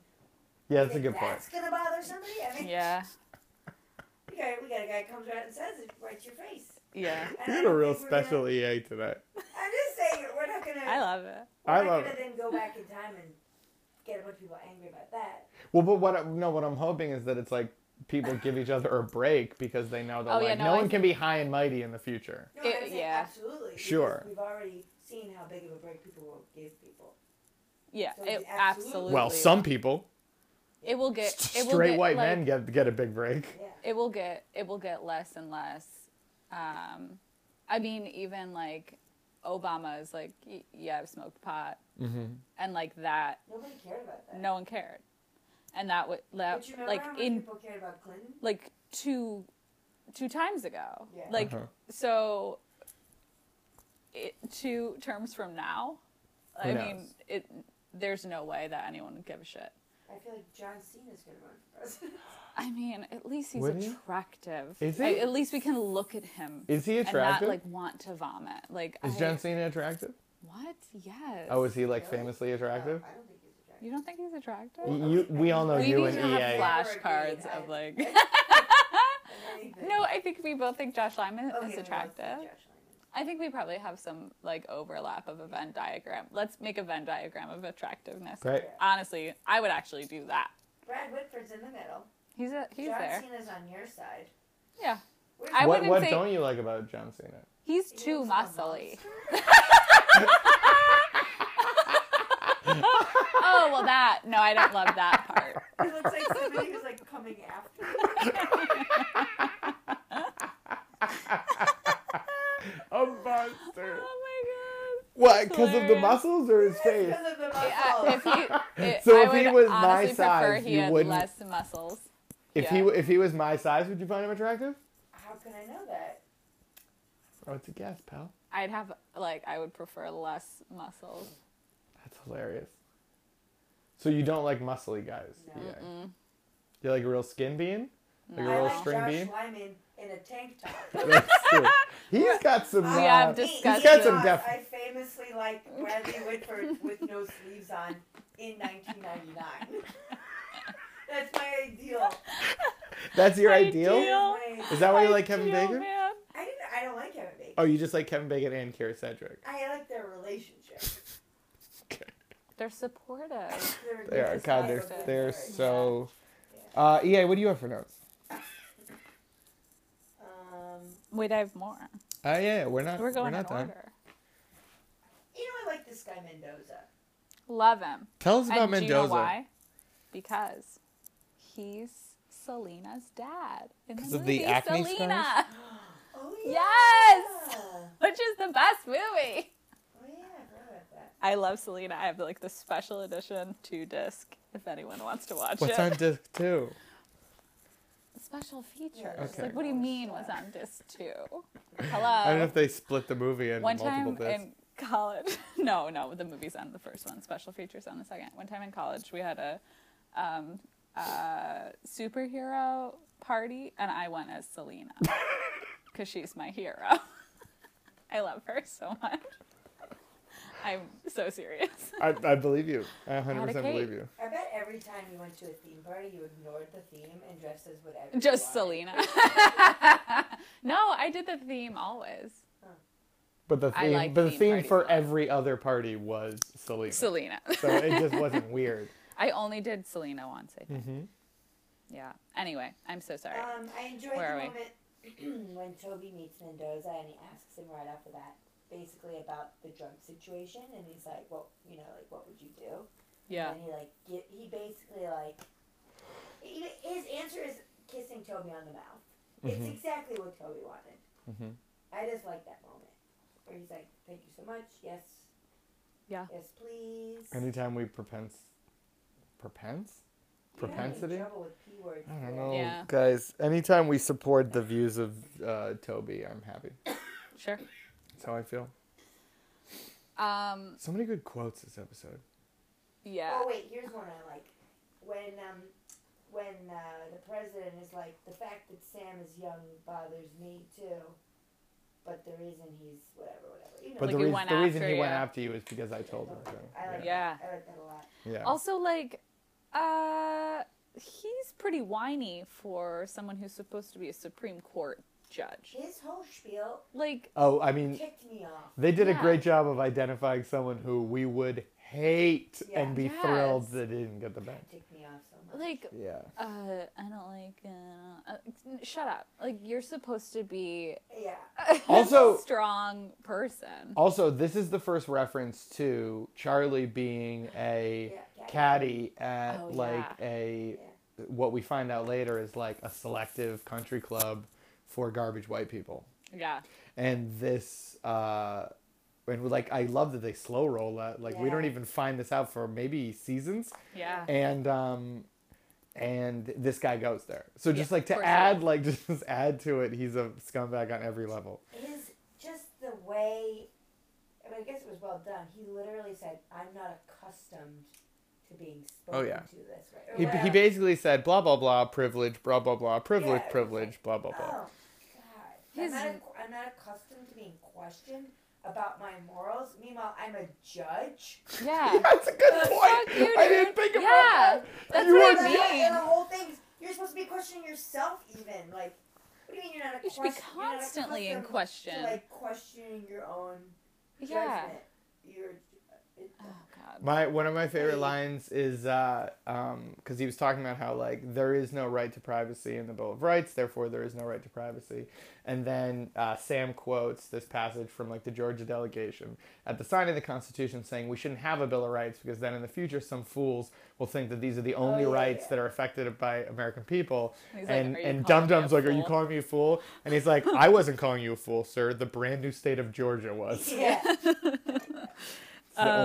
Yeah, that's a think good point. That's gonna bother somebody. I mean, Yeah. we got we got a guy who comes right out and says it right to your face. Yeah. And I You had a don't real think we're gonna- special E EA today. I'm just saying that we're not gonna. I love it. we're I not love gonna it. then go back in time and get a bunch of people angry about that. Well, but what I, no, what I'm hoping is that it's like people give each other a break because they know that Oh, like yeah, no, no, I one think- can be high and mighty in the future. No, It- I'm saying yeah. absolutely. because Sure. We've already seen how big of a break people will give people. Yeah. So It we absolutely. absolutely- Well, some people, It will get. It will straight get, white like, men get get a big break. Yeah. it will get it will get less and less um i mean even like obama is like "Y- yeah i've smoked pot Mm-hmm. and like that Nobody cared about that. no one cared and that would that But you remember like how much in people cared about Clinton? like two two times ago Yeah. like Uh-huh. so it, two terms from now Who i mean knows? it there's no way that anyone would give a shit I feel like John Cena's gonna run for president. I mean, at least he's Would he? attractive. Is I- he? at least we can look at him. Is he attractive? And not like want to vomit. Like Is I- John Cena attractive? What? Yes. Oh, is he like Really? famously attractive? No, I don't think he's attractive. You don't think he's attractive? Y- You, we all know we you need and E to have EA. Never E flashcards agreed. of like. Anything. no, I think we both think Josh Lyman Okay, is then attractive. let's do Josh Lyman. I think we probably have some like overlap of a Venn diagram. Let's make a Venn diagram of attractiveness. Great. Honestly, I would actually do that. Brad Whitford's in the middle. He's a, he's John there. Cena's on your side. Yeah. Where's I What wouldn't what say don't you like about John Cena? he's he too looks like a muscly. monster. oh well, that no, I don't love that part. He looks like somebody who's like coming after. him. A Oh monster. Oh What? Because of the hilarious. muscles or his face? Because of the my god! muscles. uh, if he, it, So I if he would was my honestly prefer size, he you had wouldn't- less muscles. If Yeah. he w- if he was my size, would you find him attractive? How can I know that? Oh, it's a guess, pal. I'd have like I would prefer less muscles. That's hilarious. So you don't like muscly guys? No. Yeah. You like a real skin bean? Like a I real like string Josh bean? Lyman in a tank top. That's true. He's got some. I- We have uh, dis- Me, got because some def- I famously like Bradley Whitford with no sleeves on in 1999. That's my ideal. uh, that's your ideal? Ideal. My- Is that why you I like Kevin do, Bacon? man. I, didn't, I don't like Kevin Bacon. Oh, you just like Kevin Bacon and Kira Cedric. I like their relationship. They're supportive. They're They are just God. like They're a good they're marriage. so. Uh, EA, what do you have for notes? Um, Wait, I have more. Uh, yeah, yeah, we're not. We're going in not done. order. you know, I like this guy Mendoza. Love him. Tell us about and Mendoza. do you know why? Because he's Selena's dad in the 'Cause movie of the acne scars? Selena, Oh yeah. Yes! Oh which is the best movie. yeah, I forgot about that. I love Selena. I have like the special edition two disc. If anyone wants to watch What's it, on disc two? special features. Okay. Like, what do you mean was on disc two? Hello. I don't know if they split the movie in One multiple time discs. in college, no, no, the movie's on the first one, special features on the second. One time in college, we had a um, uh, superhero party, and I went as Selena because she's my hero. I love her so much. I'm so serious. I, I believe you. I 100% Cake. believe you. I bet every time you went to a theme party, you ignored the theme and dressed as whatever. you wanted. Just Selena. no, I did the theme always. But the I theme, like but the theme theme parties a for lot. every other party was Selena. Selena. so it just wasn't weird. I only did Selena once, I think. Mm-hmm, Yeah. Anyway, I'm so sorry. Um, I enjoyed Where are we? the moment when Toby meets Mendoza and he asks him right off the bat, basically about the drug situation, and he's like, "Well, you know, like, what would you do?" yeah. And he like, get, he basically like, he, his answer is kissing Toby on the mouth. It's exactly what Toby wanted. Mhm. I just like that moment where he's like, "Thank you so much. Yes, Yeah. yes, please." Anytime we propense, propense, You have me in propensity. trouble with P words I don't today. know, Yeah. guys. Anytime we support the views of uh, Toby, I'm happy. Sure. That's how I feel. Um, So many good quotes this episode. Yeah. Oh wait, here's one I like. When um, when uh, the president is like, the fact that Sam is young bothers me too, but the reason he's whatever, whatever. You know, But Like the, he reas- went the reason after he went you. after you is because I told him I to. like Yeah. that. I like that a lot. Yeah. Also, like, uh, he's pretty whiny for someone who's supposed to be a Supreme Court judge. His whole spiel Like, oh, I mean, ticked me off. they did a Yeah. great job of identifying someone who we would hate Yeah. and be Yes. thrilled that they didn't get the bench. Ticked me off so much. like, Yeah. uh, I don't like. Uh, uh, shut up! Like, you're supposed to be Yeah. Also- a strong person. Also, this is the first reference to Charlie being a Yeah, caddy at Oh, like yeah. a Yeah. what we find out later is like a selective country club for garbage white people. Yeah. and this uh and like i love that they slow roll that like we don't Yeah. even find this out for maybe seasons Yeah. and um and this guy goes there so just Yeah, like of to course add like just add to it he's a scumbag on every level His just the way. I mean, I guess it was well done. He literally said, "I'm not accustomed to being spoken Oh, yeah. to this." Right? Or he, he whatever. basically said blah blah blah privilege blah blah blah privilege Yeah. privilege blah blah blah Oh, God. I'm His- not, ac- I'm not accustomed to being questioned about my morals. Meanwhile, I'm a judge. Yeah. that's a good Fuck point you, i dude. didn't think about Yeah. that That's You what are- And I mean. the- And the whole thing, is, you're supposed to be questioning yourself, even. Like, what do you mean you're not? You should be accustomed- you're not constantly in accustomed question. To, like questioning your own Yeah. judgment. You're. uh, It, Oh God. My one of my favorite Right. lines is uh, um, because he was talking about how like there is no right to privacy in the Bill of Rights, therefore there is no right to privacy. And then uh, Sam quotes this passage from like the Georgia delegation at the signing of the Constitution, saying we shouldn't have a Bill of Rights because then in the future some fools will think that these are the Oh, only yeah, rights yeah. that are affected by American people. He's like, and "Are you and calling Dum me Dum's a like, are you fool?" calling me a fool? And he's like, I wasn't calling you a fool, sir. The brand new state of Georgia was. yeah. It's the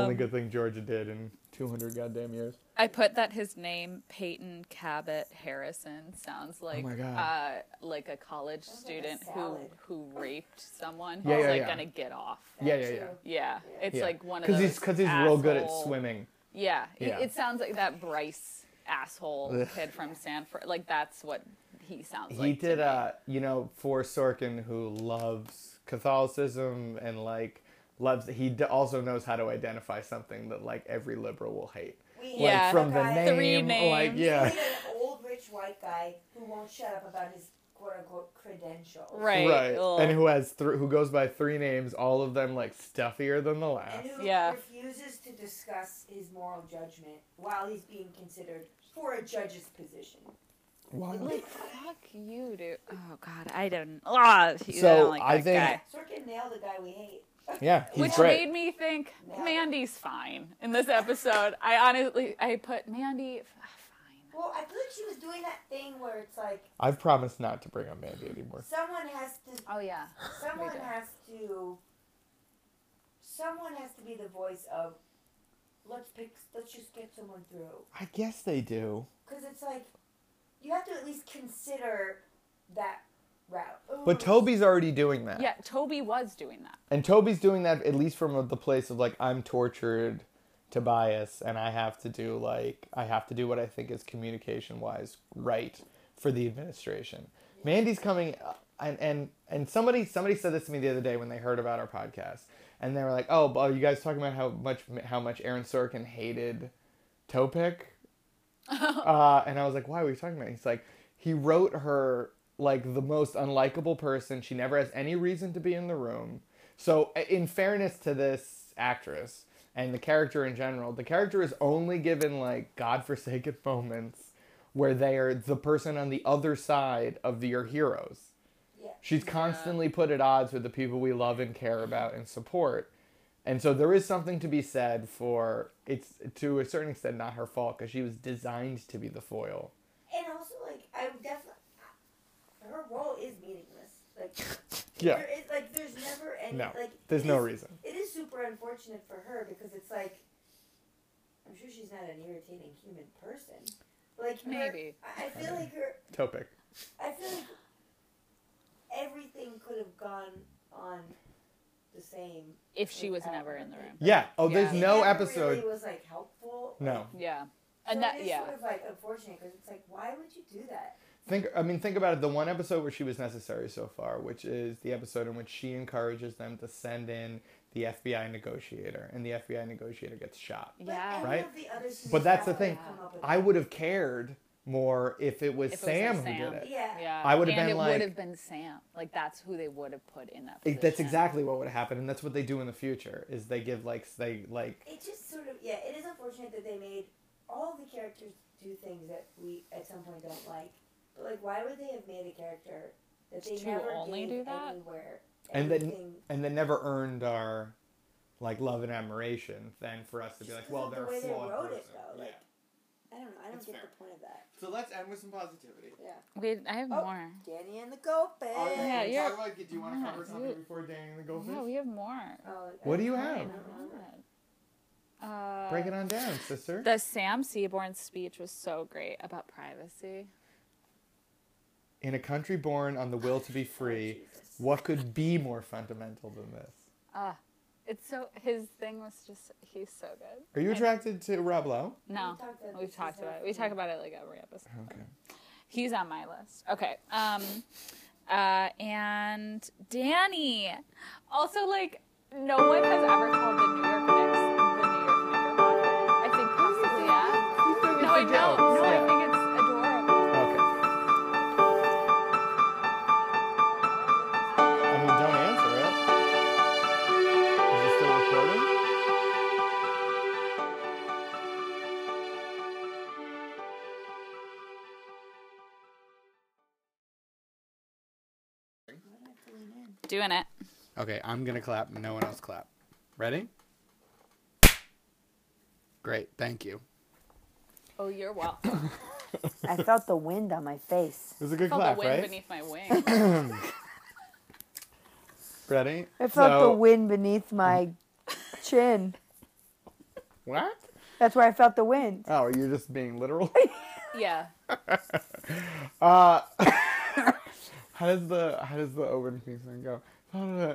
only Um, good thing Georgia did in 200 goddamn years. I put that his name Peyton Cabot Harrison sounds like Oh my God. uh like a college like a student who salad. who raped someone Yeah, who's yeah, like yeah. gonna get off. Yeah, that yeah, yeah. too. Yeah, it's like one of because those. he's because he's real good at asshole- swimming. Yeah, he- Yeah. it sounds like that Bryce asshole Ugh. kid from Sanford. Like that's what he sounds like. He to did me. uh you know for Sorkin who loves Catholicism and like loves he d- also knows how to identify something that like every liberal will hate. We Yeah. like have from a the guy- name, Three like names. We yeah, need an old rich white guy who won't shut up about his quote unquote credentials. Right. right, ugh. and who has th- who goes by three names, all of them like stuffier than the And last. who Yeah. refuses to discuss his moral judgment while he's being considered for a judge's position. Wow. like fuck you, dude. Oh God, I don't. Ah, he- I So, don't like I that think- guy. Sorkin nailed the guy we hate. Yeah, he's Which great. made me think Yeah. Mandy's fine in this episode. I honestly, I put Mandy f- fine. Well, I feel like she was doing that thing where it's like I've promised not to bring up Mandy anymore. someone has to Oh yeah, someone did. has to someone has to be the voice of let's pick let's just get someone through. I guess they do. Because it's like you have to at least consider that route. But Ooh. Toby's already doing that. yeah. Toby was doing that. And Toby's doing that at least from the place of like I'm tortured to bias and I have to do like I have to do what I think is communication wise right for the administration. Mandy's coming uh, and and and somebody somebody said this to me the other day when they heard about our podcast and they were like, "Oh, well, you guys talking about how much how much Aaron Sorkin hated Topic?" uh, and I was like, why are we talking about? He's like, he wrote her like the most unlikable person. She never has any reason to be in the room. So, i- in fairness to this actress and the character in general, the character is only given like godforsaken moments where they are the person on the other side of the, your heroes. Yeah. She's constantly put at odds with the people we love and care about and support. And so there is something to be said for it's to a certain extent not her fault because she was designed to be the foil. And also, like, I'm definitely. Her role is meaningless. Like, Yeah. there is, like, there's never any. No, like, there's it no is- reason. It is super unfortunate for her because it's like. I'm sure she's not an irritating human person. Like, her- Maybe. I, I feel like her. Topic. I feel like everything could have gone on the same. If she was never in the room. Yeah. Oh, there's Yeah. no It never episode. Really was like helpful No. Yeah. And so that it is yeah. sort of like unfortunate because it's like, why would you do that? Think I mean think about it the one episode where she was necessary so far, which is the episode in which she encourages them to send in the FBI negotiator and the FBI negotiator gets shot. But yeah. any Right? of the other seasons But that's the have to thing. come up with I that. would have cared more if it was If it was, like, Sam who Sam. did it. Yeah. Yeah. I would've And been it like- would have been Sam. Like that's who they would have put in that. It- that's position. exactly what would happen, and that's what they do in the future. Is they give like s- they like It just sort of yeah. It is unfortunate that they made all the characters do things that we at some point don't like. But like, why would they have made a character that they To never only gave do that? anywhere? and then everything- and they never earned our like love and admiration. Then for us to be Just like, 'cause well, of the they're way a they flawed wrote it, person. though, yeah. like- I don't know. I don't That's get fair. the point of that. So let's end with some positivity. Yeah. Wait, I have Oh. more. Danny and the goat Are we Oh, Yeah, gonna you're- talk about- do you want to yeah, cover something you- before Dang the Goldfish? Yeah, we have more. Oh, What do you I have? don't know. Uh, Break it on down, sister. The Sam Seaborn speech was so great about privacy. In a country born on the will to be free, what could be more fundamental than this? Ah, it's so his thing was just he's so good. Are you I- attracted to Rob Lowe? No, We've talked about we've this talked before. about it. We talk about it like every episode. Okay. He's on my list. Okay. Um, uh, and Danny. Also, like, no one has ever called the New York Knicks the New York Knickerbockers. I think possibly, yeah. No, I don't. No, I think it's adorable. Okay. I mean, don't answer it. Is it still recording? Doing it. Okay, I'm gonna clap. No one else clap. Ready? Great, thank you. Oh, you're welcome. I felt the wind on my face. It was a good Felt clap, the wind right? beneath my wing. Ready? I felt So- the wind beneath my chin. What? That's where I felt the wind. Oh, you're just being literal. Uh, yeah. how does the how does the Owen King song go?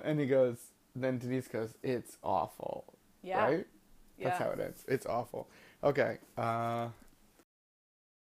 And he goes. Then Denise goes. It's awful. Yeah. Right. Yeah. That's how it ends. It's awful. Okay. Uh,